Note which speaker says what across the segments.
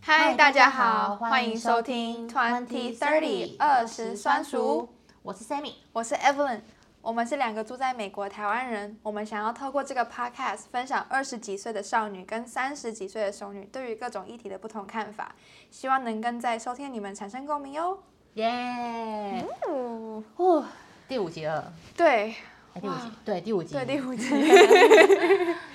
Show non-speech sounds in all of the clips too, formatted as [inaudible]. Speaker 1: 嗨，
Speaker 2: 嗨
Speaker 1: 大
Speaker 2: 大
Speaker 1: 家
Speaker 2: 家
Speaker 1: 好，
Speaker 2: 好
Speaker 1: 欢迎收听 Twenty Thirty 二十酸熟，
Speaker 2: 我是 Sammy。
Speaker 1: 我是 Evelyn，我们是两个住在美国的台湾人，我们想要透过这个 podcast 分享二十几岁的少女跟三十几岁的熟女对于各种议题的不同看法，希望能跟在收听的你们产生共鸣哟。
Speaker 2: 耶！
Speaker 1: 哦，
Speaker 2: 哦，第五集了，
Speaker 1: 对
Speaker 2: 哎，第五集
Speaker 1: 哇，
Speaker 2: 对，第五集。
Speaker 1: 对，第五集，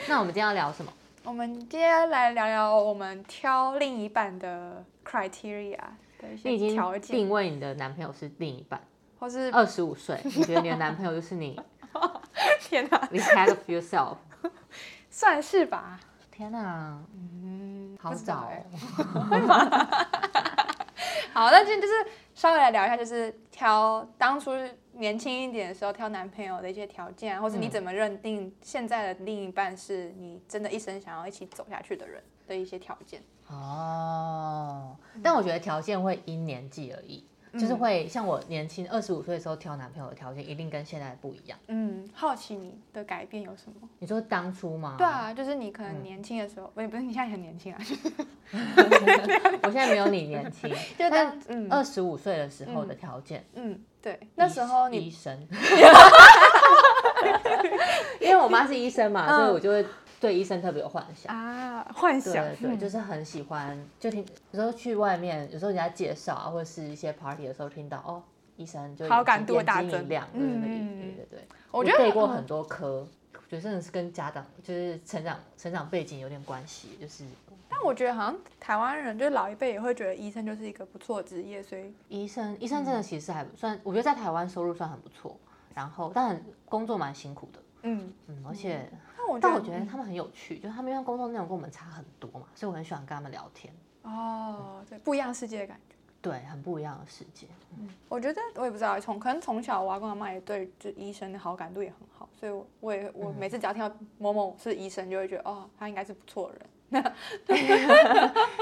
Speaker 2: 那我们今天要聊
Speaker 1: [laughs]
Speaker 2: 什么？
Speaker 1: 我们今天来聊聊我们挑另一半的 criteria 的一
Speaker 2: 你
Speaker 1: 些
Speaker 2: 已经
Speaker 1: 条
Speaker 2: 定
Speaker 1: 件，
Speaker 2: 位你的男朋友是另一半，
Speaker 1: 或是
Speaker 2: 二十五岁，你觉得你的男朋友就是
Speaker 1: [laughs]
Speaker 2: 你，
Speaker 1: 天哪，
Speaker 2: 你 head of
Speaker 1: [laughs]
Speaker 2: yourself。
Speaker 1: 算是吧。
Speaker 2: 天哪，
Speaker 1: 嗯，
Speaker 2: 好
Speaker 1: 不知道
Speaker 2: 早
Speaker 1: 欸
Speaker 2: 哦。
Speaker 1: 好，那今天就是稍微来聊一下，就是挑当初年轻一点的时候挑男朋友的一些条件啊，或者你
Speaker 2: 嗯
Speaker 1: 怎么认定现在的另一半是你真的一生想要一起走下去的人的一些条件。
Speaker 2: 哦，但我觉得条件会因年纪而异，就是
Speaker 1: 嗯
Speaker 2: 会像我年轻二十五岁的时候挑男朋友的条件一定跟现在不一样。
Speaker 1: 嗯，好奇你的改变有什么？
Speaker 2: 你说当初吗？
Speaker 1: 对，啊，就是你可能年轻的时候，不、是不是你现在也很年 [laughs] 轻啊，
Speaker 2: 我现在没有你年 [laughs] 轻，
Speaker 1: 就
Speaker 2: 但
Speaker 1: 当嗯
Speaker 2: 二十五岁的时候的条件。
Speaker 1: 嗯，对，那时候
Speaker 2: 医
Speaker 1: 你
Speaker 2: 生， [laughs] 因为我妈是医生嘛，所以我就会对医生特别有幻想。
Speaker 1: 啊幻
Speaker 2: 对
Speaker 1: 想，
Speaker 2: 对，就是很喜欢，就听有时候去外面，有时候人家介绍啊，或者是一些 party 的时候听到哦，医生就
Speaker 1: 好感度
Speaker 2: 眼睛
Speaker 1: 大
Speaker 2: 眼睛
Speaker 1: 增
Speaker 2: 一亮，对对
Speaker 1: 嗯
Speaker 2: 对
Speaker 1: 嗯嗯
Speaker 2: 对对对。
Speaker 1: 我觉得
Speaker 2: 背过
Speaker 1: 嗯
Speaker 2: 很多科，我觉得真的是跟家长就是成长成长背景有点关系，就是
Speaker 1: 但我觉得好像台湾人就是老一辈也会觉得医生就是一个不错的职业，所以
Speaker 2: 医生医生
Speaker 1: 嗯
Speaker 2: 真的其实还不算，我觉得在台湾收入算很不错，然后但很工作蛮辛苦的，
Speaker 1: 嗯，
Speaker 2: 嗯，而且
Speaker 1: 但我觉
Speaker 2: 但
Speaker 1: 得嗯
Speaker 2: 我觉得他们很有趣，就是他们因为工作内容跟我们差很多嘛，所以我很喜欢跟他们聊天，
Speaker 1: 哦，对，不一样世界的感觉。
Speaker 2: 对，很不一样的世
Speaker 1: [laughs]
Speaker 2: 界。
Speaker 1: 我觉得我也不知道，从可能从小我阿公阿妈也对就医生的好感度也很好，所以我我也我每次只要听到某某是医生，就会觉得哦，他应该是不错的人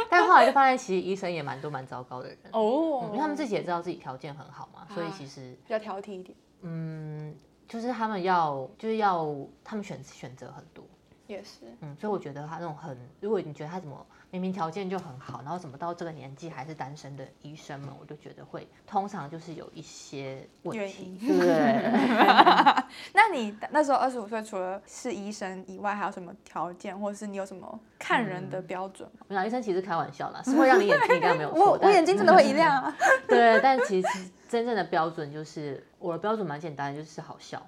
Speaker 2: 但后来就发现，其实医生也蛮多蛮糟糕的人，嗯
Speaker 1: 哦啊
Speaker 2: 因为他们自己也知道自己条件很好嘛，所以其实
Speaker 1: 比较挑剔一点，
Speaker 2: 嗯，就是他们要就是要他们选选择很多，
Speaker 1: 也是
Speaker 2: 嗯，所以我觉得他那种很，如果你觉得他怎么明明条件就很好，然后怎么到这个年纪还是单身的医生们，我就觉得会通常就是有一些问
Speaker 1: 原
Speaker 2: 题
Speaker 1: 因，。
Speaker 2: 对。 [laughs]
Speaker 1: 那你那时候二十五岁，除了是医生以外，还有什么条件，或者是你有什么看人的标准吗？
Speaker 2: 没有，医生其实开玩笑啦，是会让你眼睛一亮没有
Speaker 1: [laughs]
Speaker 2: 错。
Speaker 1: 我我
Speaker 2: 但
Speaker 1: 眼睛真的会一亮 [laughs] 啊！
Speaker 2: [laughs] 对，但其实真正的标准就是我的标准蛮简单的，就是好笑。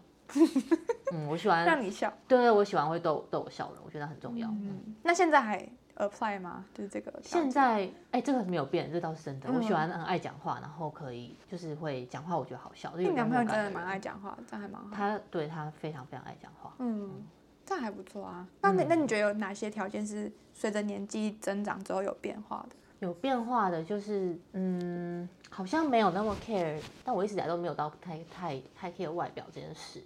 Speaker 2: 嗯，我喜欢，
Speaker 1: 让你笑。
Speaker 2: 对我喜欢会逗逗我笑容，我觉得很重要。嗯
Speaker 1: 嗯，那现在还 apply 吗？就是这个条
Speaker 2: 现
Speaker 1: 件
Speaker 2: 在，哎，这个没有变，这倒是真的。我喜
Speaker 1: 嗯
Speaker 2: 欢很爱讲话，然后可以就是会讲话，我觉得好笑。就
Speaker 1: 你
Speaker 2: 有
Speaker 1: 男
Speaker 2: 幽
Speaker 1: 朋友
Speaker 2: 默
Speaker 1: 真
Speaker 2: 感
Speaker 1: 的
Speaker 2: 的
Speaker 1: 蛮
Speaker 2: 人
Speaker 1: 爱讲话，这样还蛮好。
Speaker 2: 他，对他非常非常爱讲话。
Speaker 1: 嗯，这样还不错啊。那你、那你觉得有哪些条件是随着年纪增长之后有变化的？
Speaker 2: 有变化的就是，嗯，好像没有那么 care，但我一直以来都没有到太太太 care 外表这件事，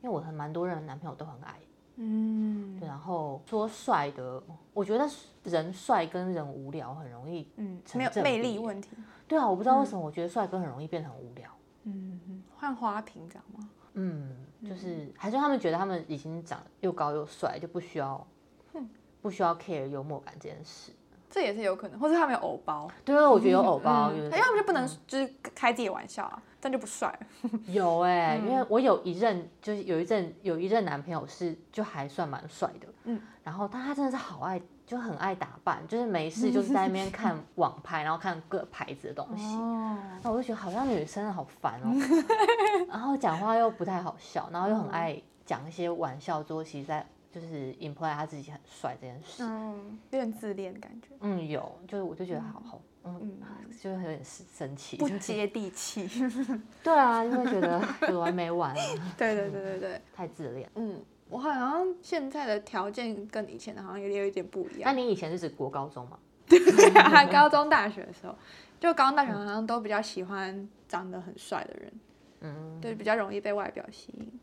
Speaker 2: 因为我很蛮多人的男朋友都很矮，
Speaker 1: 嗯
Speaker 2: 对，啊然后说帅的，我觉得人帅跟人无聊很容易，
Speaker 1: 嗯，
Speaker 2: 成
Speaker 1: 没有
Speaker 2: 正
Speaker 1: 魅
Speaker 2: 比
Speaker 1: 力
Speaker 2: 耶
Speaker 1: 问题。
Speaker 2: 对啊，我不知道为什么，我觉得帅哥很容易变得很无聊，
Speaker 1: 嗯，换花瓶这样吗？
Speaker 2: 嗯，就是还是他们觉得他们已经长得又高又帅，就不需要，不需要 care 幽默感这件事。
Speaker 1: 这也是有可能，或者他们有偶包，
Speaker 2: 对，啊我觉得有偶包，
Speaker 1: 嗯
Speaker 2: 有
Speaker 1: 因为他们就不能就是开自己的玩笑啊，这样就不帅了。
Speaker 2: 有哎、
Speaker 1: 嗯
Speaker 2: 因为我有一任就是有一阵有一任男朋友是就还算蛮帅的，
Speaker 1: 嗯
Speaker 2: 嗯，然后但他真的是好爱，就很爱打扮，就是
Speaker 1: [laughs]
Speaker 2: 没事就是在那边看网拍，然后看各牌子的东西。
Speaker 1: 哦，
Speaker 2: 那我就觉得好像女生好烦哦，
Speaker 1: [laughs]
Speaker 2: 然后讲话又不太好笑，然后又很
Speaker 1: 嗯
Speaker 2: 爱讲一些玩笑，做其实在就是 imply 他自己很帅这件事。
Speaker 1: 嗯，有点自恋的感觉，
Speaker 2: 嗯，有，就是我就觉得好好，嗯，
Speaker 1: 嗯，
Speaker 2: 就是有点生气，
Speaker 1: 不
Speaker 2: 就是
Speaker 1: 接地气。
Speaker 2: [laughs]
Speaker 1: [laughs]
Speaker 2: 对啊，就会觉得有完没完啊，
Speaker 1: 对对对对对，
Speaker 2: 太自恋。
Speaker 1: 嗯，我好像现在的条件跟以前的好像有点有一点不一样
Speaker 2: 那。你以前是指国高中吗？
Speaker 1: 对啊，高中、大学的时候，就高中、大学好像都比较喜欢长得很帅的人，
Speaker 2: 嗯，
Speaker 1: 对，比较容易被外表吸引。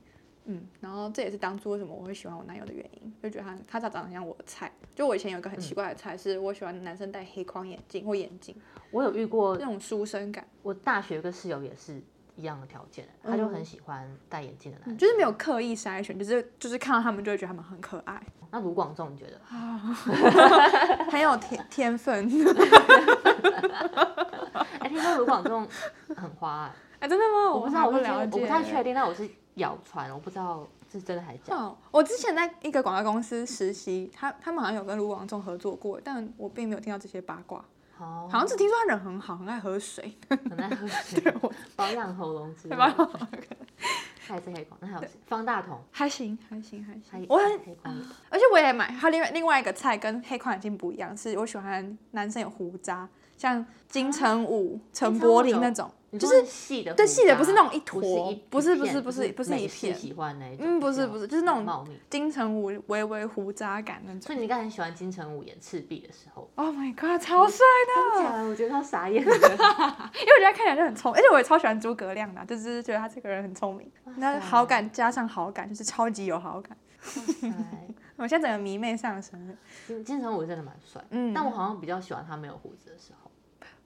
Speaker 1: 嗯，然后这也是当初为什么我会喜欢我男友的原因，就觉得他他长得很像我的菜。就我以前有一个很奇怪的菜，是我喜欢男生戴黑框眼镜或眼镜，
Speaker 2: 我有遇过
Speaker 1: 那，种书生感。
Speaker 2: 我大学有个室友也是，一样的条件，他就很喜欢戴眼镜的男生。
Speaker 1: 嗯就是没有刻意筛选，就是就是看到他们就会觉得他们很可爱，
Speaker 2: 那卢广仲你
Speaker 1: [laughs]
Speaker 2: 觉得？
Speaker 1: 很有天天 [laughs] 分。
Speaker 2: 哎，听说卢广仲很花
Speaker 1: [laughs]
Speaker 2: 哎、
Speaker 1: 哎，真的吗？
Speaker 2: 我不知道，
Speaker 1: 还
Speaker 2: 我
Speaker 1: 不
Speaker 2: 是听
Speaker 1: 了
Speaker 2: 我
Speaker 1: 解，
Speaker 2: 不太确定，但我是谣传，我不知道是真的还是假的。
Speaker 1: 哦，我之前在一个广告公司实习，他他们好像有跟卢广仲合作过，但我并没有听到这些八卦，
Speaker 2: 好，
Speaker 1: 好像只听说他人很好，很爱喝水。
Speaker 2: 可能还有谁保养喉咙之
Speaker 1: [laughs]
Speaker 2: 类
Speaker 1: 保养
Speaker 2: 的。他也是黑广，那还有谁方大同，
Speaker 1: 还行，还行，还
Speaker 2: 他
Speaker 1: 行
Speaker 2: 也。
Speaker 1: 我很，
Speaker 2: 黑广的。
Speaker 1: 而且我也买它另外另外一个菜跟黑框眼镜不一样，是我喜欢男生有胡渣，像金啊城武、陈柏霖那种，
Speaker 2: 你
Speaker 1: 就
Speaker 2: 说
Speaker 1: 是
Speaker 2: 很细的胡渣，
Speaker 1: 对细的不是那种一
Speaker 2: 不
Speaker 1: 坨
Speaker 2: 一
Speaker 1: 不是
Speaker 2: 一
Speaker 1: 不是
Speaker 2: 片
Speaker 1: 不
Speaker 2: 不
Speaker 1: 是不是
Speaker 2: 美
Speaker 1: 一
Speaker 2: 式
Speaker 1: 片
Speaker 2: 喜欢那一种，
Speaker 1: 嗯不是
Speaker 2: 比较
Speaker 1: 不是就是那种
Speaker 2: 茂密。
Speaker 1: 金城武微微胡渣感那种。
Speaker 2: 所以你应该很喜欢金城武演赤壁的时候，
Speaker 1: Oh my god，超帅
Speaker 2: 真
Speaker 1: 的！
Speaker 2: 假的？我觉得他傻眼了。 [laughs]
Speaker 1: 因为我觉得他看起来就很聪明，而且我也超喜欢诸葛亮的啊，就是觉得他这个人很聪明，
Speaker 2: 哇
Speaker 1: 那
Speaker 2: 塞
Speaker 1: 好感加上好感就是超级有好感。
Speaker 2: 哎
Speaker 1: 我现在整个迷妹上升了。
Speaker 2: 金金城武真的蛮帅，
Speaker 1: 嗯，
Speaker 2: 但我好像比较喜欢他没有胡子的时候。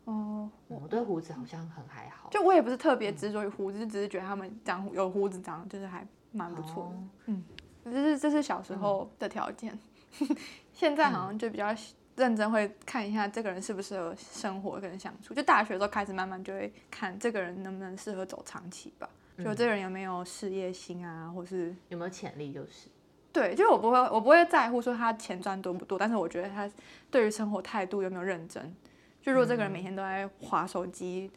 Speaker 1: 哦，
Speaker 2: 我对胡子好像很还好，
Speaker 1: 就我也不是特别执着于胡子，就只是觉得他们长有胡子长得就是还蛮不错的。
Speaker 2: 哦
Speaker 1: 这是这是小时候的条件， [laughs] 现在好像就比较认真会看一下这个人适不适合生活跟相处。就大学的时候开始慢慢就会看这个人能不能适合走长期吧，就这个人有没有事业心啊，或是
Speaker 2: 有没有潜力就是。
Speaker 1: 对，就是我不会我不会在乎说他钱赚多不多，但是我觉得他对于生活态度有没有认真。就如果这个人每天都在划手机、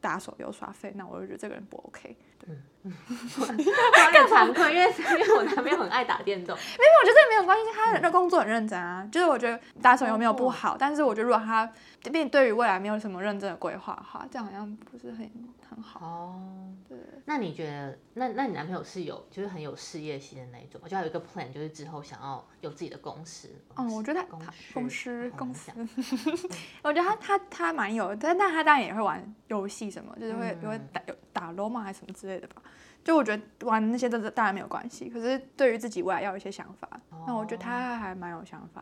Speaker 1: 打手游、刷费，那我就觉得这个人不 OK。
Speaker 2: 有点惭愧，因为因为我男朋友很爱打电
Speaker 1: [laughs] 但
Speaker 2: 动，
Speaker 1: 我觉得这没有关系，他的工作很认真啊。就是我觉得打手游没有不好，但是我觉得如果他并对于未来没有什么认真的规划的话，这样好像不是很很好。
Speaker 2: 哦，
Speaker 1: 对，
Speaker 2: 那你觉得，那那你男朋友是有就是很有事业心的那一种吗，就他有一个 plan，就是之后想要有自己的公司。
Speaker 1: 嗯，我觉得
Speaker 2: 公
Speaker 1: 他
Speaker 2: 司
Speaker 1: 公司
Speaker 2: 好
Speaker 1: 公
Speaker 2: 难
Speaker 1: 司
Speaker 2: 讲，
Speaker 1: [laughs] 我觉得他他他蛮有，但但他当然也会玩游戏什么，就是会
Speaker 2: 嗯
Speaker 1: 会打有打 l o m a 还是什么之类的吧。就我觉得玩那些都当然没有关系，可是对于自己未来要有一些想法。那我觉得他还蛮有想法，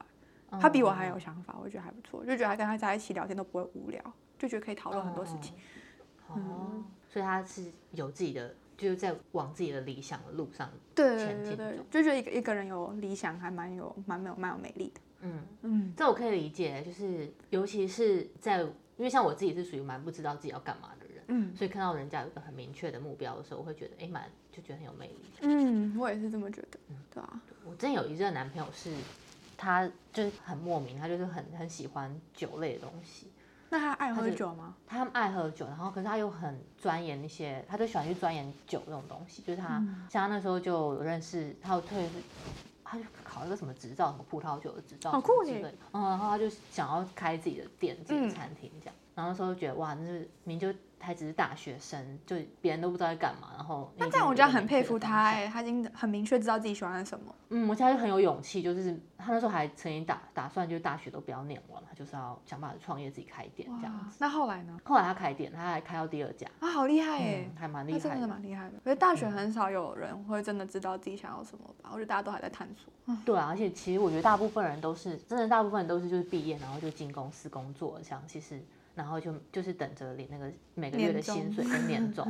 Speaker 2: 哦嗯
Speaker 1: 他比我还有想法，我觉得还不错。就觉得他跟他在一起聊天都不会无聊，就觉得可以讨论很多事情。。
Speaker 2: 哦，哦所以他是有自己的，就是在往自己的理想的路上。
Speaker 1: 对
Speaker 2: 前
Speaker 1: 对对
Speaker 2: 进
Speaker 1: 对
Speaker 2: 中，
Speaker 1: 就觉得一个一个人有理想，还蛮有蛮没有蛮有魅力的。
Speaker 2: 嗯，
Speaker 1: 嗯，
Speaker 2: 这我可以理解，就是尤其是在，因为像我自己是属于蛮不知道自己要干嘛的人，
Speaker 1: 嗯
Speaker 2: 所以看到人家有一个很明确的目标的时候，我会觉得哎蛮就觉得很有魅力。
Speaker 1: 嗯，我也是这么觉得。对啊，
Speaker 2: 我之前有一任男朋友是，他就是很莫名，他就是很很喜欢酒类的东西，
Speaker 1: 那他爱
Speaker 2: 他
Speaker 1: 喝
Speaker 2: 就
Speaker 1: 酒吗？
Speaker 2: 他爱喝酒，然后可是他又很钻研一些，他就喜欢去钻研酒这种东西，就是他、
Speaker 1: 嗯
Speaker 2: 像他那时候就有认识，他有退。他就考了个什么执照，什么葡萄酒的执照，
Speaker 1: 好酷
Speaker 2: 之类
Speaker 1: 耶
Speaker 2: 的。嗯，然后他就想要开自己的店、自己
Speaker 1: 嗯
Speaker 2: 的餐厅这样。然后那时候就觉得哇，那是明明就他只是大学生，就别人都不知道在干嘛。然后
Speaker 1: 那
Speaker 2: 你
Speaker 1: 这样
Speaker 2: 已经
Speaker 1: 我
Speaker 2: 有
Speaker 1: 觉得
Speaker 2: 一个
Speaker 1: 很
Speaker 2: 明
Speaker 1: 佩
Speaker 2: 确的
Speaker 1: 服
Speaker 2: 方
Speaker 1: 他
Speaker 2: 向
Speaker 1: 哎、他已经很明确知道自己喜欢什么。
Speaker 2: 嗯，我现在就很有勇气，就是他那时候还曾经打打算，就是大学都不要念完，他就是要想办法创业，自己开店这样
Speaker 1: 哇
Speaker 2: 子。，
Speaker 1: 那后来呢？
Speaker 2: 后来他开店，他还开到第二家，
Speaker 1: 啊，好厉害哎、
Speaker 2: 嗯，还蛮厉
Speaker 1: 他真
Speaker 2: 害嗯
Speaker 1: 的
Speaker 2: 的。
Speaker 1: 蛮厉害的。我觉得大学很少有人会真的知道自己想要什么吧，我觉得大家都还在探索。
Speaker 2: 对啊，而且其实我觉得大部分人都是，真的大部分人都是就是毕业然后就进公司工作这样，其实然后就就是等着领那个每个月的
Speaker 1: 年终
Speaker 2: 薪水跟
Speaker 1: [laughs]
Speaker 2: 年终，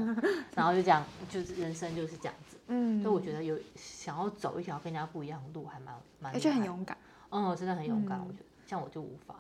Speaker 2: 然后就这样，就是人生就是这样子。
Speaker 1: 嗯，
Speaker 2: 所以我觉得有想要走一条跟人家不一样的路，还蛮蛮
Speaker 1: 而
Speaker 2: 厉
Speaker 1: 且很
Speaker 2: 害的，
Speaker 1: 勇敢。
Speaker 2: 嗯，真的很勇敢，
Speaker 1: 嗯
Speaker 2: 我觉得像我就无法。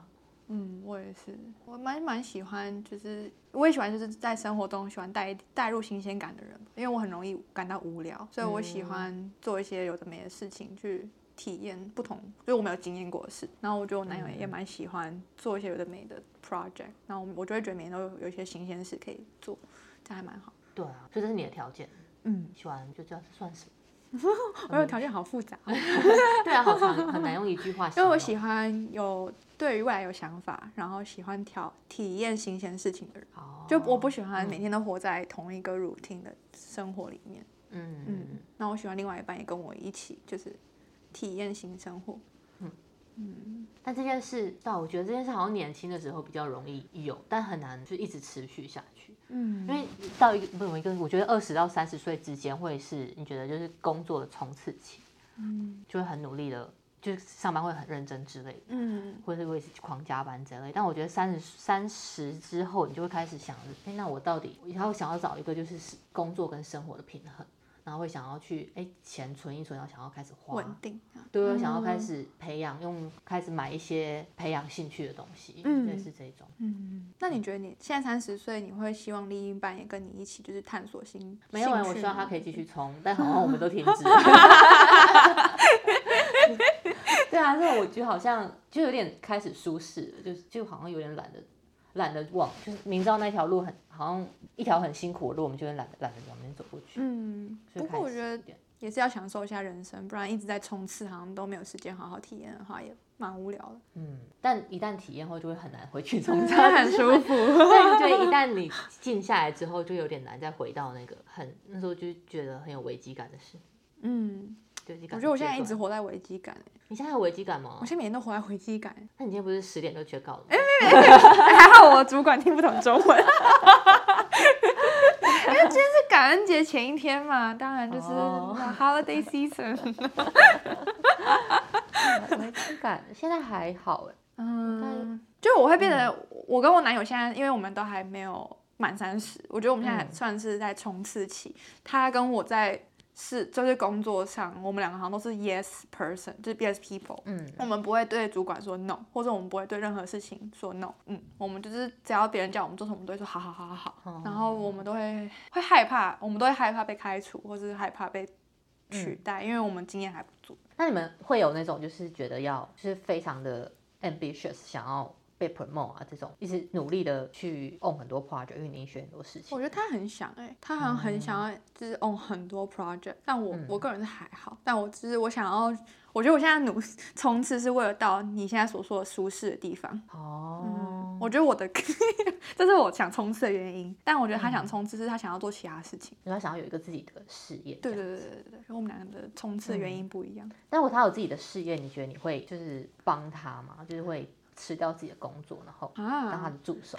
Speaker 1: 嗯，我也是，我蛮蛮喜欢，就是我也喜欢，就是在生活中喜欢带带入新鲜感的人吧，因为我很容易感到无聊，所以我喜
Speaker 2: 嗯
Speaker 1: 欢做一些有的没的事情去体验不同，就是我没有经验过的事。然后我觉得我男友也蛮喜欢做一些有的没的 project，然后我就会觉得每天都有有一些新鲜事可以做，这样还蛮好。
Speaker 2: 对啊，所以这是你的条件，
Speaker 1: 嗯，
Speaker 2: 喜欢就这样算什么？ [laughs]
Speaker 1: 我有条件好复杂哦，
Speaker 2: 对啊，好长，很难用一句话
Speaker 1: 因为
Speaker 2: 形容。
Speaker 1: 我喜欢有对于未来有想法，然后喜欢挑体验新鲜事情的人。
Speaker 2: 哦，
Speaker 1: 就我不喜欢每天都活在同一个 routine 的生活里面。
Speaker 2: 嗯
Speaker 1: 嗯
Speaker 2: 嗯，
Speaker 1: 那我喜欢另外一半也跟我一起，就是体验新生活。
Speaker 2: 但这件事，对啊，我觉得这件事好像年轻的时候比较容易有，但很难就一直持续下去。
Speaker 1: 嗯
Speaker 2: 因为到一个不是我一个，我觉得二十到三十岁之间会是你觉得就是工作的冲刺期，
Speaker 1: 嗯
Speaker 2: 就会很努力的就是上班会很认真之类的，
Speaker 1: 嗯，
Speaker 2: 或者会狂加班之类的。但我觉得三十三十之后，你就会开始想着，哎，那我到底，然后想要找一个就是工作跟生活的平衡，然后会想要去，哎，钱存一存，然后想要开始花
Speaker 1: 稳，定啊，
Speaker 2: 对，会想要开始培养，用开始买一些培养兴趣的东西，
Speaker 1: 嗯
Speaker 2: 类似这种。
Speaker 1: 嗯，那你觉得你现在三十岁，你会希望另一半也跟你一起就是探索新？
Speaker 2: 没有、欸，
Speaker 1: 兴
Speaker 2: 我
Speaker 1: 趣
Speaker 2: 希望他
Speaker 1: 吗
Speaker 2: 可以继续冲，但好像我们
Speaker 1: [laughs]
Speaker 2: 都停止了。 [laughs] 对啊，这种我觉得好像就有点开始舒适了，就是就好像有点懒得懒得往，就是明知道那条路很好像一条很辛苦的路，我们就会懒得懒得往那边走过去。
Speaker 1: 嗯，
Speaker 2: 所以
Speaker 1: 不过我
Speaker 2: 开始
Speaker 1: 觉
Speaker 2: 有
Speaker 1: 得
Speaker 2: 点
Speaker 1: 也是要享受一下人生，不然一直在冲刺，好像都没有时间好好体验的话，也蛮无聊的。
Speaker 2: [laughs] 嗯，但一旦体验后就会很难回
Speaker 1: [laughs]
Speaker 2: 去冲
Speaker 1: 真的
Speaker 2: 刺。
Speaker 1: 很舒
Speaker 2: [laughs]
Speaker 1: 服。
Speaker 2: 对，就一旦你静下来之后，就有点难再回到那个很那时候就觉得很有危机感的事。
Speaker 1: [laughs] 嗯，
Speaker 2: 危机
Speaker 1: 我
Speaker 2: 感的
Speaker 1: 觉得我现在
Speaker 2: 阶
Speaker 1: 一直
Speaker 2: 段，
Speaker 1: 活在危机感，欸
Speaker 2: 你现在有危机感吗
Speaker 1: 我？现在每天都活在危机感。
Speaker 2: 那你今天不是十点就缺稿了吗？
Speaker 1: 哎还好我主管听不懂中 [laughs] 文，因为今天是感恩节前一天嘛，当然就是
Speaker 2: 哦
Speaker 1: holiday [laughs] season。
Speaker 2: [laughs] 危机感现在还好哎，
Speaker 1: 嗯，就我会变得，我跟我男友现在，因为我们都还没有满三十，我觉得我们现在
Speaker 2: 嗯
Speaker 1: 算是在冲刺期。他跟我在是就是工作上，我们两个好像都是 yes person，就是 yes people。
Speaker 2: 嗯，
Speaker 1: 我们不会对主管说 no，或者我们不会对任何事情说 no。嗯，我们就是只要别人叫我们做什么，我们都会说好好好好好。然后我们都会会害怕，我们都会害怕被开除，或是害怕被取代，因为我们经验还不足。
Speaker 2: 那你们会有那种就是觉得要就是非常的 ambitious，想要被 promote 啊这种，一直努力的去 own 很多 project，因为你学很多事情
Speaker 1: 我。觉得他很想哎、他好像很想要就是 on 很多 project，但我、我个人是还好，但我只是我想要，我觉得我现在努冲刺是为了到你现在所说的舒适的地方。
Speaker 2: 哦，
Speaker 1: 我觉得我的 [laughs] 这是我想冲刺的原因，但我觉得他想冲刺是他想要做其他事情。
Speaker 2: 你要想要有一个自己的事业。
Speaker 1: 对
Speaker 2: 这
Speaker 1: 对
Speaker 2: 样嗯
Speaker 1: 对对对对，因为我们两个的冲刺的原因不一样。
Speaker 2: 那如果他有自己的事业，你觉得你会就是帮他吗？就是会辞掉自己的工作，然后当他
Speaker 1: 啊
Speaker 2: 的，助手？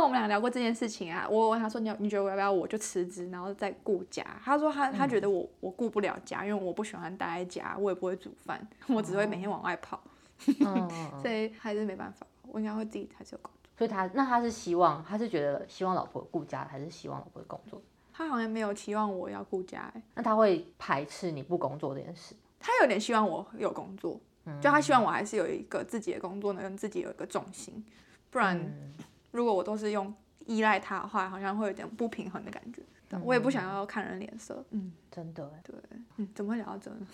Speaker 1: 我们俩聊过这件事情啊。我问他说：“你要你觉得我要不要我就辞职，然后再顾家？”他说他他觉
Speaker 2: 嗯
Speaker 1: 得我、我顾不了家，因为我不喜欢待在家，我也不会煮饭，我只会每天往外跑，
Speaker 2: 嗯，嗯哦嗯
Speaker 1: 所以还是没办法，我应该会自己还是有工作。
Speaker 2: 所以他那他是希望他是觉得希望老婆顾家，还是希望老婆工作？
Speaker 1: 他好像没有期望我要顾家、欸，
Speaker 2: 那他会排斥你不工作这件事？
Speaker 1: 他有点希望我有工作，就他希
Speaker 2: 嗯
Speaker 1: 望我还是有一个自己的工作，能跟自己有一个重心，不然
Speaker 2: 嗯。
Speaker 1: 如果我都是用依赖他的话，好像会有点不平衡的感觉。但我也不想要看人脸色。嗯，
Speaker 2: 真的欸，
Speaker 1: 对，嗯，怎么会聊到这呢？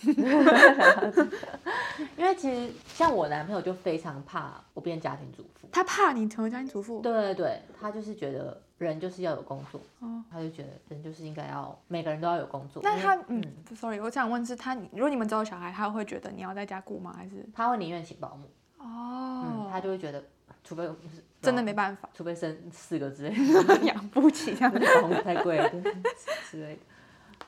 Speaker 2: 因为其实像我男朋友就非常怕我变家庭主妇。
Speaker 1: 他怕你成为家庭主妇。
Speaker 2: 对对对，他就是觉得人就是要有工作，
Speaker 1: 哦
Speaker 2: 他就觉得人就是应该要每个人都要有工作。
Speaker 1: 那
Speaker 2: 因为
Speaker 1: 他，嗯，sorry，我想问是他，你如果你们只有小孩，他会觉得你要在家顾吗？还是
Speaker 2: 他会宁愿请保姆，嗯，
Speaker 1: 哦，
Speaker 2: 他就会觉得除非我就是
Speaker 1: 真的没，办法，
Speaker 2: 除非生四个之类的，
Speaker 1: 养不起这样子。
Speaker 2: 保姆太贵了对之类的。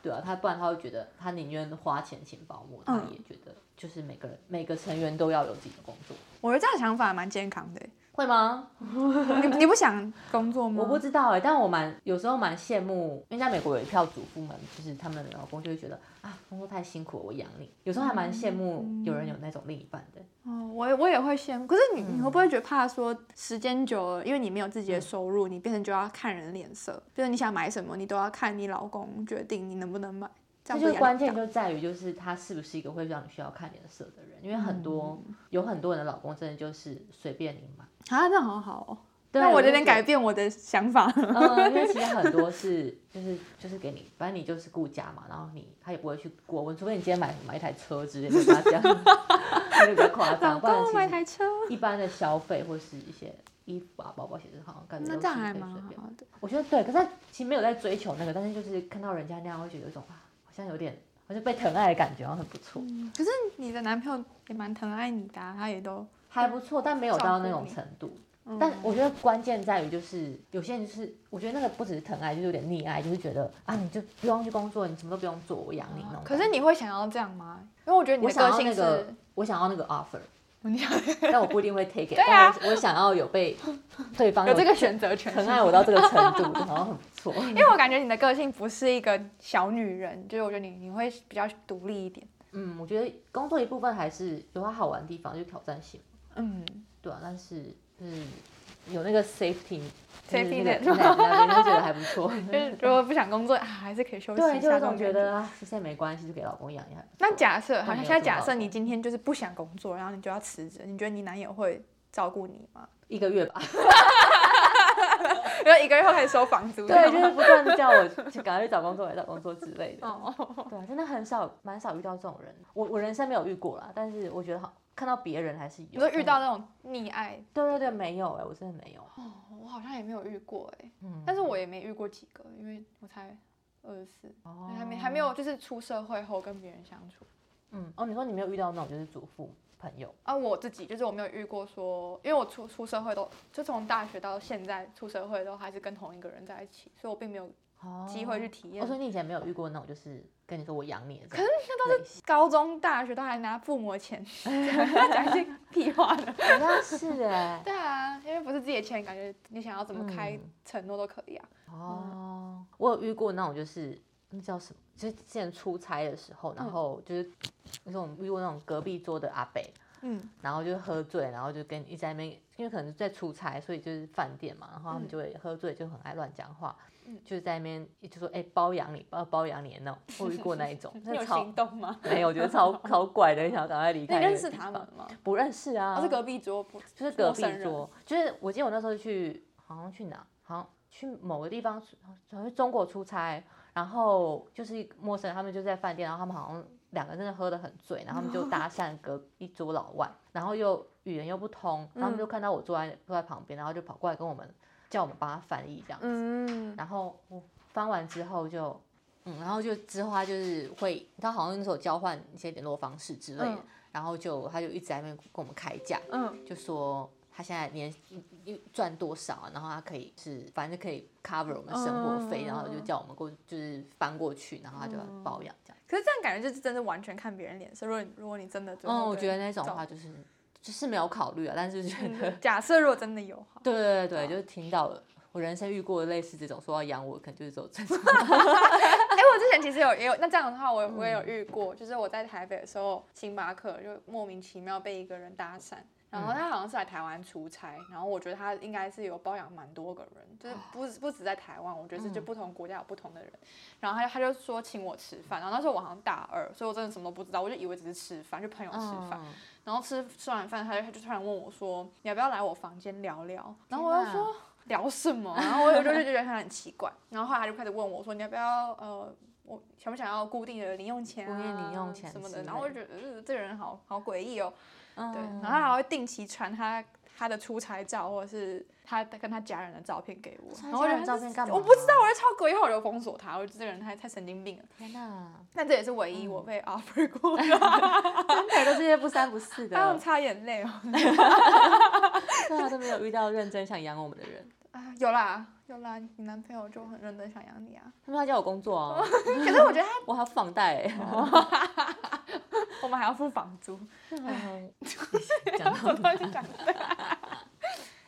Speaker 2: 对啊，他不然他会觉得他宁愿花钱请保姆，他
Speaker 1: 嗯
Speaker 2: 也觉得就是每个人每个成员都要有自己的工作，
Speaker 1: 我觉得这样的想法蛮健康的欸。
Speaker 2: 会吗？
Speaker 1: 你你不想工作吗？
Speaker 2: 我不知道哎、但我蛮有时候蛮羡慕，因为在美国有一票主妇们，就是他们的老公就会觉得啊，工作太辛苦了，我养你。有时候还蛮羡慕
Speaker 1: 嗯
Speaker 2: 有人有那种另一半的。
Speaker 1: 哦，我也我也会羡慕，可是你你会
Speaker 2: 嗯
Speaker 1: 不会觉得怕说时间久了，因为你没有自己的收入，你变成就要看人脸色，就是你想买什么，你都要看你老公决定你能不能买，这
Speaker 2: 这
Speaker 1: 样
Speaker 2: 就
Speaker 1: 不
Speaker 2: 是关键
Speaker 1: 就
Speaker 2: 就在于，就是他是不是一个会让你需要看脸色的人，因为很多、
Speaker 1: 嗯
Speaker 2: 有很多人的老公真的就是随便你买。
Speaker 1: 啊，那好好哦，
Speaker 2: 对
Speaker 1: 那我有
Speaker 2: 就
Speaker 1: 点
Speaker 2: 觉得
Speaker 1: 改变我的想法 [laughs] 了。
Speaker 2: 嗯，因为其实很多是就是就是给你，反正你就是顾家嘛，然后你他也不会去过问，除非你今天买买一台车之类的，跟他这
Speaker 1: [laughs]
Speaker 2: 样，那就比较夸
Speaker 1: 老
Speaker 2: 张。不然
Speaker 1: 公
Speaker 2: 其
Speaker 1: 买
Speaker 2: 实
Speaker 1: 台车，
Speaker 2: 一般的消费或是一些衣服啊、包包、鞋子，好像感觉
Speaker 1: 那
Speaker 2: 都
Speaker 1: 这样
Speaker 2: 是
Speaker 1: 还
Speaker 2: 可以
Speaker 1: 蛮
Speaker 2: 随便。
Speaker 1: 好的。
Speaker 2: 我觉得对，可是他其实没有在追求那个，但是就是看到人家那样，会觉得有一种啊，好像有点好像被疼爱的感觉，好像很不错，
Speaker 1: 嗯可是你的男朋友也蛮疼爱你的啊、他也都嗯
Speaker 2: 还不错，但没有到那
Speaker 1: 照顾
Speaker 2: 种
Speaker 1: 你
Speaker 2: 程度。但我觉得关键在于，就是有些人就是，我觉得那个不只是疼爱，就是有点溺爱，就是觉得啊，你就不用去工作，你什么都不用做，我养你那种
Speaker 1: 可
Speaker 2: 感觉。
Speaker 1: 是你会想要这样吗？因为我觉得你
Speaker 2: 我
Speaker 1: 的个
Speaker 2: 想要
Speaker 1: 性
Speaker 2: 那
Speaker 1: 是，
Speaker 2: 个，我想要那个 offer，
Speaker 1: 你想
Speaker 2: 但我不一
Speaker 1: [laughs]
Speaker 2: 定会 take it
Speaker 1: 对啊
Speaker 2: 但我我想要有被对方
Speaker 1: 有这个选择权，
Speaker 2: 嗯疼爱我到这个程度，好像很不
Speaker 1: [laughs]
Speaker 2: 错。
Speaker 1: 因为我感觉你的个性不是一个小女人，就是我觉得你你会比较独立一点。
Speaker 2: 嗯，我觉得工作一部分还是有它好玩的地方，就是挑战性，
Speaker 1: 嗯，
Speaker 2: 对啊，但是就是有那个 safety 就是
Speaker 1: Safety
Speaker 2: 那
Speaker 1: net
Speaker 2: 个那那边就觉得还不错，
Speaker 1: [laughs] 就是如果不想工作啊，还是可以休息
Speaker 2: 嗯对，
Speaker 1: 一
Speaker 2: 就
Speaker 1: 下。这
Speaker 2: 有
Speaker 1: 种
Speaker 2: 种觉
Speaker 1: 感
Speaker 2: 得啊，其实也没关系，就给老公养一下。
Speaker 1: 那假设，好
Speaker 2: 那
Speaker 1: 像
Speaker 2: 你有
Speaker 1: 现在
Speaker 2: 做
Speaker 1: 假
Speaker 2: 到
Speaker 1: 设
Speaker 2: 吗
Speaker 1: 你今天就是不想工作，然后你就要辞职，你觉得你男友会照顾你
Speaker 2: [laughs]
Speaker 1: 吗？
Speaker 2: 一个月吧，
Speaker 1: 然后一个月后开始收房租，
Speaker 2: 对，就是不断地叫
Speaker 1: [laughs]
Speaker 2: 我去赶快去找工作，来找工作之类的。
Speaker 1: 哦，
Speaker 2: 对啊，真的很少，蛮少遇到这种人。我我人生没有遇过啦，但是我觉得好看到别人还是有。
Speaker 1: 你说遇到那种溺爱，
Speaker 2: 对对对，没有哎、我真的没有。
Speaker 1: 哦，我好像也没有遇过哎，
Speaker 2: 嗯，
Speaker 1: 但是我也没遇过几个，因为我才二十四，
Speaker 2: 哦
Speaker 1: 还没还没。有就是出社会后跟别人相处
Speaker 2: 嗯，哦，你说你没有遇到那种就是祖父朋友，
Speaker 1: 啊，我自己就是我没有遇过说，因为我出出社会都就从大学到现在出社会都还是跟同一个人在一起，所以我并没有
Speaker 2: 哦
Speaker 1: 机会去体验
Speaker 2: 我说你以前没有遇过那种就是跟你说我养你的
Speaker 1: 可
Speaker 2: 这种
Speaker 1: 是
Speaker 2: 类型，那都
Speaker 1: 高中、大学都还拿父母的钱， [laughs] 讲一 [laughs] 些屁话的。
Speaker 2: 好像是
Speaker 1: [laughs]
Speaker 2: 哎、
Speaker 1: 对啊，因为不是自己的钱，感觉你想要怎么开
Speaker 2: 嗯
Speaker 1: 承诺都可以啊。
Speaker 2: 哦，我有遇过那种就是那叫什么，就是之前出差的时候，然
Speaker 1: 嗯
Speaker 2: 后就是那种遇过那种隔壁桌的阿北，
Speaker 1: 嗯，
Speaker 2: 然后就喝醉，然后就跟一直在那边，因为可能是在出差，所以就是饭店嘛，然后他
Speaker 1: 嗯
Speaker 2: 们就会喝醉，就很爱乱讲话，
Speaker 1: 嗯
Speaker 2: 就是在那边就说哎、包养你，包包养你的那种， [laughs] 我遇过那
Speaker 1: [laughs]
Speaker 2: 一种，
Speaker 1: 你
Speaker 2: 真
Speaker 1: 有
Speaker 2: 的超
Speaker 1: 行动
Speaker 2: [laughs]
Speaker 1: 吗？
Speaker 2: 没有，我觉得超超怪的，想要赶快离
Speaker 1: 那
Speaker 2: 开。
Speaker 1: 你认识他们？吗？哦
Speaker 2: 不认识啊，
Speaker 1: 我是隔壁桌，不
Speaker 2: 就是
Speaker 1: 陌
Speaker 2: 隔壁
Speaker 1: 生人
Speaker 2: 桌，就是我记得我那时候去，好像去哪，好像去某个地方，好像是中国出差，然后就是一个陌生人，他们就在饭店，然后他们好像两个真的喝得很醉，然后他
Speaker 1: [laughs]
Speaker 2: 们就搭讪隔一桌老外，然后又语言又不通，然后
Speaker 1: 嗯
Speaker 2: 他们就看到我坐在坐在旁边，然后就跑过来跟我们叫我们帮他翻译这样，
Speaker 1: 嗯，
Speaker 2: 然后我翻完之后就。嗯，然后就之后他就是会，他好像那时候交换一些联络方式之类的，
Speaker 1: 嗯
Speaker 2: 然后就他就一直在那边跟我们开价，
Speaker 1: 嗯，
Speaker 2: 就说他现在年赚多少啊，然后他可以是反正可以 cover 我们生活费，
Speaker 1: 嗯
Speaker 2: 然后就叫我们过就是翻过去，然后他就要包养这样。
Speaker 1: 可是这样感觉就是真的完全看别人脸色。如果你如果你真的最
Speaker 2: 嗯，
Speaker 1: 后
Speaker 2: 我觉
Speaker 1: 跟
Speaker 2: 得那种
Speaker 1: 照
Speaker 2: 话就是就是没有考虑啊，但是觉得、
Speaker 1: 嗯假设如果真的有哈，
Speaker 2: [laughs] 对对对对，就是听到了。我人生遇过类似这种说要养我，可能就是走这
Speaker 1: [laughs]
Speaker 2: 种
Speaker 1: [laughs] 哎、我之前其实有也有，那这样的话我我也有遇过，就是我在台北的时候，星巴克就莫名其妙被一个人搭讪。然后他好像是来台湾出差，然后我觉得他应该是有包养蛮多个人，就是不止不止在台湾，我觉得是就不同国家有不同的人。然后他就他就说请我吃饭，然后那时候我好像大二，所以我真的什么都不知道，我就以为只是吃饭，就朋友吃饭。
Speaker 2: 嗯
Speaker 1: 然后吃吃完饭，他就他就突然问我说：“你要不要来我房间聊聊？”然后我就
Speaker 2: 天哪
Speaker 1: 说。聊什么？然后我我就就觉得他很奇怪，然后后来他就开始问我说：“你要不要呃，我想不想要固定的零用钱啊？
Speaker 2: 固定零用钱
Speaker 1: 什么
Speaker 2: 之
Speaker 1: 的？”
Speaker 2: 类
Speaker 1: 然后我就觉得、呃、这个人好好诡异哦。
Speaker 2: 嗯
Speaker 1: 对，然后他还会定期传他他的出差照或者是他跟他家人的照片给我，
Speaker 2: 传
Speaker 1: 然后我觉得
Speaker 2: 家人
Speaker 1: 他
Speaker 2: 照
Speaker 1: 是
Speaker 2: 片干嘛啊
Speaker 1: 我不知道，我就超诡异，后来我就封锁他，我就觉得这个人太太神经病了。
Speaker 2: 天哪，
Speaker 1: 但这也是唯
Speaker 2: 嗯
Speaker 1: 一我被 [laughs] offer 过的，
Speaker 2: 真的都是些不三不
Speaker 1: [laughs]
Speaker 2: 四的，
Speaker 1: 他
Speaker 2: [laughs]
Speaker 1: 用擦眼泪哦。
Speaker 2: 对啊，都没有遇到认真想养我们的人。
Speaker 1: 啊，有啦有啦，你男朋友就很认真想养你啊。 [laughs]
Speaker 2: 他们要叫我工作啊，
Speaker 1: 可是我觉得他，
Speaker 2: 我还要放贷欸
Speaker 1: 哦
Speaker 2: [laughs]
Speaker 1: 我们还要付房租，
Speaker 2: 讲
Speaker 1: 我
Speaker 2: 到
Speaker 1: 突然就讲这个 [laughs]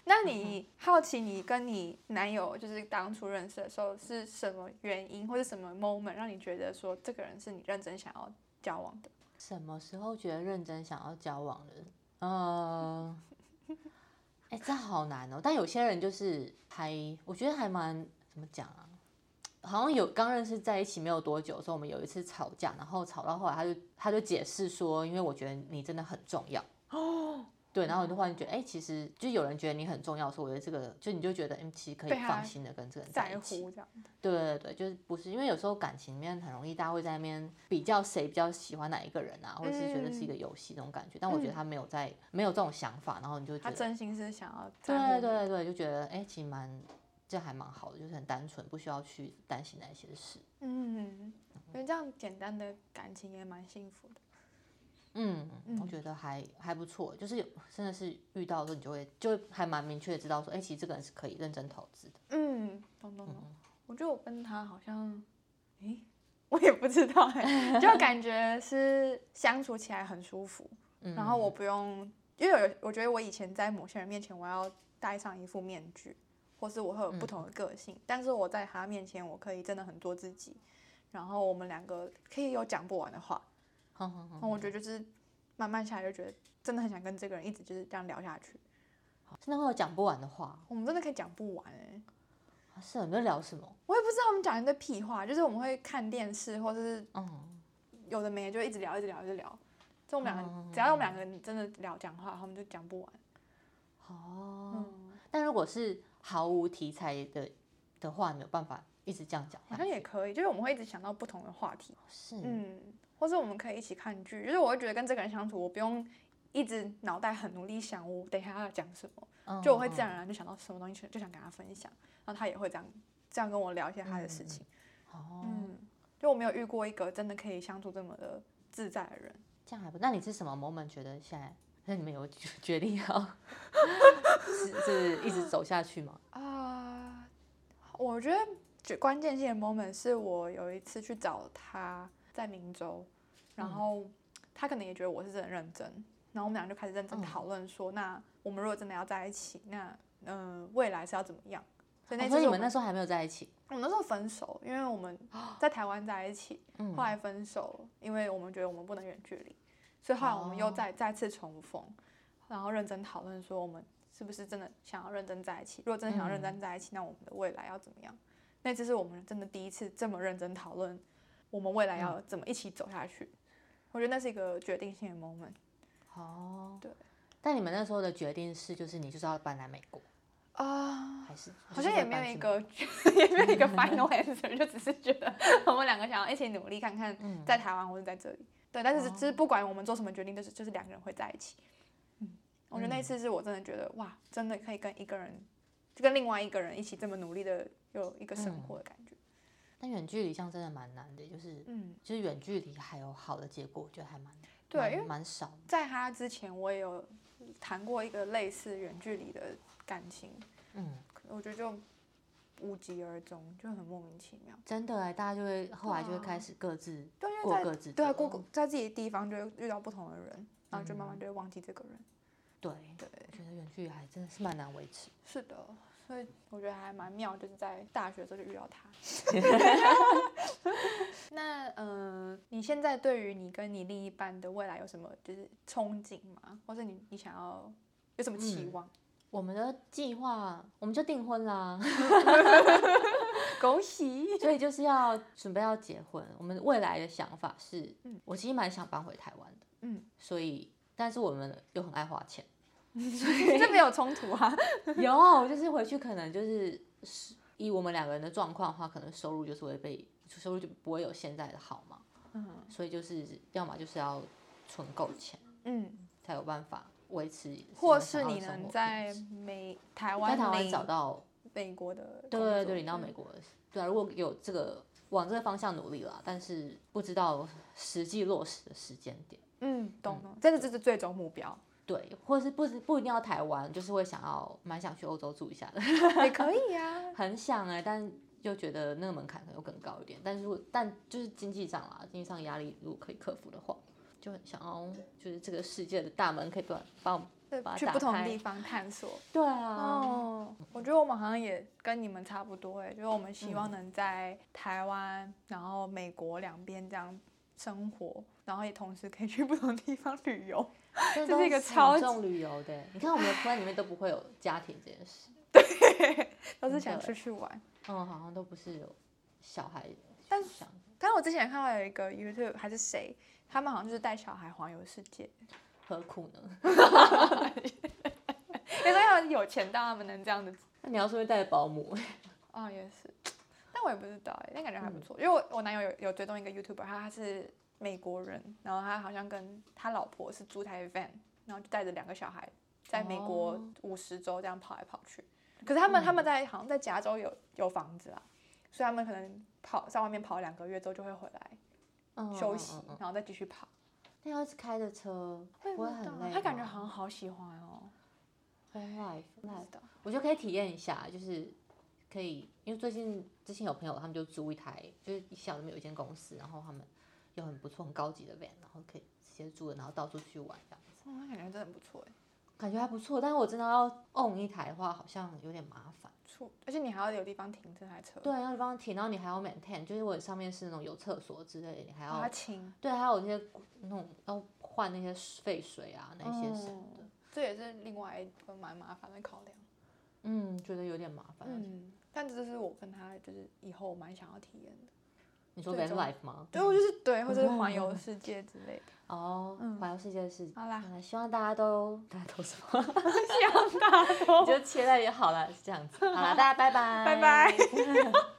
Speaker 1: 那你好奇你跟你男友就是当初认识的时候是什么原因或者什么 moment 让你觉得说这个人是你认真想要交往的？
Speaker 2: 什么时候觉得认真想要交往的？嗯，哎、这好难哦。但有些人就是还，我觉得还蛮怎么讲啊？好像有刚认识在一起没有多久的时候，我们有一次吵架，然后吵到后来，他就他就解释说，因为我觉得你真的很重要哦。对，然后我就忽然觉得，哎、其实就有人觉得你很重要的时候，我觉得这个就你就觉得，嗯，其实可
Speaker 1: 被
Speaker 2: 以
Speaker 1: 他
Speaker 2: 放心的跟这个人在
Speaker 1: 在
Speaker 2: 一起。
Speaker 1: 乎这样，
Speaker 2: 对对对，就是不是因为有时候感情里面很容易大家会在那边比较谁比较喜欢哪一个人啊，或者是觉得是
Speaker 1: 嗯
Speaker 2: 一个游戏那种感觉。但我觉得他没有在没有这种想法，然后你就觉
Speaker 1: 他
Speaker 2: 得
Speaker 1: 真心是想要在乎
Speaker 2: 对
Speaker 1: 你
Speaker 2: 对对，就觉得哎、其实蛮这还蛮好的，就是很单纯，不需要去担心那些事。
Speaker 1: 嗯，因为这样简单的感情也蛮幸福的。
Speaker 2: 嗯，我
Speaker 1: 嗯
Speaker 2: 觉得还还不错，就是有真的是遇到的时候，你就会就会还蛮明确的知道说，哎、其实这个人是可以认真投资的。
Speaker 1: 嗯，懂懂懂。我觉得我跟他好像，诶，我也不知道哎、 [laughs] 就感觉是相处起来很舒服，
Speaker 2: 嗯，
Speaker 1: 然后我不用，因为有我觉得我以前在某些人面前我要戴上一副面具，或是我会有不同的个性，但是我在他面前我可以真的很做自己，然后我们两个可以有讲不完的话，
Speaker 2: 哼哼哼
Speaker 1: 那我觉得就是慢慢下来就觉得真的很想跟这个人一直就是这样聊下去，
Speaker 2: 真的会有讲不完的话，
Speaker 1: 我们真的可以讲不完哎、
Speaker 2: 啊是啊，你们在聊什么？
Speaker 1: 我也不知道我们讲一堆屁话，就是我们会看电视或是
Speaker 2: 嗯，
Speaker 1: 有的没的就一直聊一直聊一直聊，就我们两个、
Speaker 2: 嗯
Speaker 1: 只要我们两个人真的聊讲话，我们就讲不完。
Speaker 2: 哦，
Speaker 1: 嗯，
Speaker 2: 但如果是毫无题材的的话，没有办法一直这样讲
Speaker 1: 好
Speaker 2: 下
Speaker 1: 像
Speaker 2: 去。
Speaker 1: 也可以，就是我们会一直想到不同的话题，
Speaker 2: 是，
Speaker 1: 嗯，或是我们可以一起看剧，就是我会觉得跟这个人相处，我不用一直脑袋很努力想我等一下要讲什么。
Speaker 2: 嗯
Speaker 1: 就我会自然而然就想到什么东西，就想跟他分享，然后他也会这样这样跟我聊一些他的事情。
Speaker 2: 哦，
Speaker 1: 嗯，就我没有遇过一个真的可以相处这么的自在的人。
Speaker 2: 这样还不？那你是什么 moment 觉得现在？那你们有决决定要 [laughs] 是是一直走下去吗？
Speaker 1: 啊、我觉得最关键性的 moment 是我有一次去找他在明州，
Speaker 2: 嗯
Speaker 1: 然后他可能也觉得我是真的认真，然后我们俩就开始认真
Speaker 2: 嗯
Speaker 1: 讨论说，那我们如果真的要在一起，那嗯、呃未来是要怎么样？所以那
Speaker 2: 哦
Speaker 1: 次
Speaker 2: 所以
Speaker 1: 是
Speaker 2: 你
Speaker 1: 我
Speaker 2: 们
Speaker 1: 们
Speaker 2: 那时哦候还没有在一起，
Speaker 1: 我们那时候分手，因为我们在台湾在一起，
Speaker 2: 嗯
Speaker 1: 后来分手，因为我们觉得我们不能远距离，所以后来我们又
Speaker 2: 哦
Speaker 1: 再、再次重逢，然后认真讨论说我们是不是真的想要认真在一起。如果真的想要认
Speaker 2: 嗯
Speaker 1: 真在一起，那我们的未来要怎么样？那次是我们真的第一次这么认真讨论我们未来要
Speaker 2: 嗯
Speaker 1: 怎么一起走下去。我觉得那是一个决定性的 moment。
Speaker 2: 哦，
Speaker 1: 对。
Speaker 2: 但你们那时候的决定是，就是你就是要搬来美国，
Speaker 1: 啊、
Speaker 2: 还是
Speaker 1: 好像也没有一，个 [laughs] 也没有一个 final answer，就只是觉 [laughs] 得我们两个想要一起努力看看，
Speaker 2: 嗯
Speaker 1: 在台湾或者在这里。对，但是
Speaker 2: 哦
Speaker 1: 就是不管我们做什么决定，就是就是两个人会在一起。嗯，我觉得那
Speaker 2: 嗯
Speaker 1: 次是我真的觉得哇，真的可以跟一个人，就跟另外一个人一起这么努力的有一个生
Speaker 2: 嗯
Speaker 1: 活的感觉。
Speaker 2: 但远距离这样真的蛮难的，就是
Speaker 1: 嗯，
Speaker 2: 就是远距离还有好的结果，我觉得还蛮
Speaker 1: 对
Speaker 2: 蛮
Speaker 1: 因为
Speaker 2: 蛮少的。
Speaker 1: 在他之前我也有谈过一个类似远距离的感情，
Speaker 2: 嗯，
Speaker 1: 可我觉得就无疾而终，就很莫名其妙。
Speaker 2: 真的哎，大家就会后来就会
Speaker 1: 对啊
Speaker 2: 开始各自
Speaker 1: 对，因为
Speaker 2: 过
Speaker 1: 在
Speaker 2: 各自
Speaker 1: 对啊，
Speaker 2: 的
Speaker 1: 过
Speaker 2: 路
Speaker 1: 在自己的地方就会遇到不同的人，然后就
Speaker 2: 嗯
Speaker 1: 慢慢就会忘记这个人。
Speaker 2: 对，
Speaker 1: 对，
Speaker 2: 我觉得远距离还真的是蛮难维持。
Speaker 1: 是的，所以我觉得还蛮妙，就是在大学的时候就遇到
Speaker 2: [laughs]
Speaker 1: 他。 [laughs] 那呃，你现在对于你跟你另一半的未来有什么就是憧憬吗？或者你你想要有什么期
Speaker 2: 嗯
Speaker 1: 望？
Speaker 2: 我们的计划，我们就订婚啦， [laughs]
Speaker 1: 恭喜！
Speaker 2: 所以就是要准备要结婚。我们未来的想法是，
Speaker 1: 嗯
Speaker 2: 我其实蛮想搬回台湾的，
Speaker 1: 嗯，
Speaker 2: 所以但是我们又很爱花钱，
Speaker 1: 这没有冲突啊。
Speaker 2: [laughs] 有，就是回去可能就是是以我们两个人的状况的话，可能收入就是会被收入就不会有现在的好嘛，
Speaker 1: 嗯
Speaker 2: 所以就是要么就是要存够钱
Speaker 1: 嗯，
Speaker 2: 才有办法维持，
Speaker 1: 或是你
Speaker 2: 能
Speaker 1: 能在美台湾
Speaker 2: 在台湾
Speaker 1: 领
Speaker 2: 找到嗯
Speaker 1: 美国的工
Speaker 2: 对对
Speaker 1: 作
Speaker 2: 对，领到美国的对啊，如果有这个往这个方向努力啦，但是不知道实际落实的时间点，
Speaker 1: 嗯，懂懂，这个就是最终目
Speaker 2: [laughs]
Speaker 1: 标，
Speaker 2: 对，或是不是不一定要台湾，就是会想要蛮想去欧洲住一下的。
Speaker 1: 也可以啊呀、
Speaker 2: [laughs] 很想哎、但又觉得那个门槛可能又更高一点。但是我但就是经济上啦，经济上压力如果可以克服的话，就很想要，就是这个世界的大门可以把把我
Speaker 1: 对
Speaker 2: 把，它
Speaker 1: 去
Speaker 2: 打
Speaker 1: 不同
Speaker 2: 开
Speaker 1: 地方探索。
Speaker 2: 对啊，
Speaker 1: 哦，我觉得我们好像也跟你们差不多哎，就是我们希望能在台湾，然后美国两边这样生活，然后也同时可以去不同地方旅游。
Speaker 2: 这
Speaker 1: 这是一个超级
Speaker 2: 重旅游的欸、你看我们的 plan 里面都不会有家庭这件事，
Speaker 1: 都是
Speaker 2: 真
Speaker 1: 想
Speaker 2: 的
Speaker 1: 出去玩。
Speaker 2: [laughs] 嗯，好像都不是有小孩
Speaker 1: 但
Speaker 2: 想
Speaker 1: 但我之前看到有一个 YouTube 还是谁，他们好像就是带小孩环游世界， [laughs]
Speaker 2: 何苦呢？
Speaker 1: 因为他们有钱到他们能这样子。
Speaker 2: 那你要顺便带保姆，
Speaker 1: 啊、也是，但我也不知道哎，但感觉
Speaker 2: 嗯
Speaker 1: 还不错，因为我我男友有有追踪一个 YouTuber，他他是美国人，然后他好像跟他老婆是租台 van，然后就带着两个小孩在美国
Speaker 2: 哦嗯
Speaker 1: 五十州这样跑来跑去。可是他们、他们在好像在加州有有房子啊，所以他们可能跑在外面跑两个月之后就会回来
Speaker 2: [laughs] 嗯
Speaker 1: 休息，
Speaker 2: 嗯嗯嗯
Speaker 1: 然后再继续跑。
Speaker 2: 那要是开着车，不会很累吗？啊
Speaker 1: 他感觉好像好喜欢哦，
Speaker 2: 很 life
Speaker 1: 不
Speaker 2: life
Speaker 1: 知道
Speaker 2: 我觉得可以体验一下，就是可以，因为最近之前有朋友他们就租一台，就是小的有一间公司，然后他们有很不错、很高级的 van，然后可以直接租了，然后到处去玩这样子。
Speaker 1: 哦，那感觉真的很不错哎。
Speaker 2: 感觉还不错，但是我真的要 own 一台的话，好像有点麻烦。
Speaker 1: 出，而且你还要有地方停这台车，
Speaker 2: 对，要帮停，然后你还要 maintain，就是我上面是那种有厕所之类的，你还要
Speaker 1: 还要清，
Speaker 2: 对，还有那些那种要换那些废水啊那
Speaker 1: 嗯
Speaker 2: 些什么的，
Speaker 1: 哦这也是另外一个蛮麻烦的考量。
Speaker 2: 嗯，觉得有点麻烦。
Speaker 1: 嗯，但这就是我跟他就是以后蛮想要体验
Speaker 2: 嗯
Speaker 1: 的。
Speaker 2: 你说
Speaker 1: 最
Speaker 2: van
Speaker 1: 终
Speaker 2: life 吗？
Speaker 1: 对，我就是对，或者是环
Speaker 2: 嗯
Speaker 1: 游世界之
Speaker 2: [laughs]
Speaker 1: 类的。
Speaker 2: 哦，环游世界是。
Speaker 1: 好啦，
Speaker 2: 嗯希望大家都大家都什么？
Speaker 1: 希望大家
Speaker 2: 你就切在也好了，是这样子。好了，大家拜拜，
Speaker 1: 拜拜。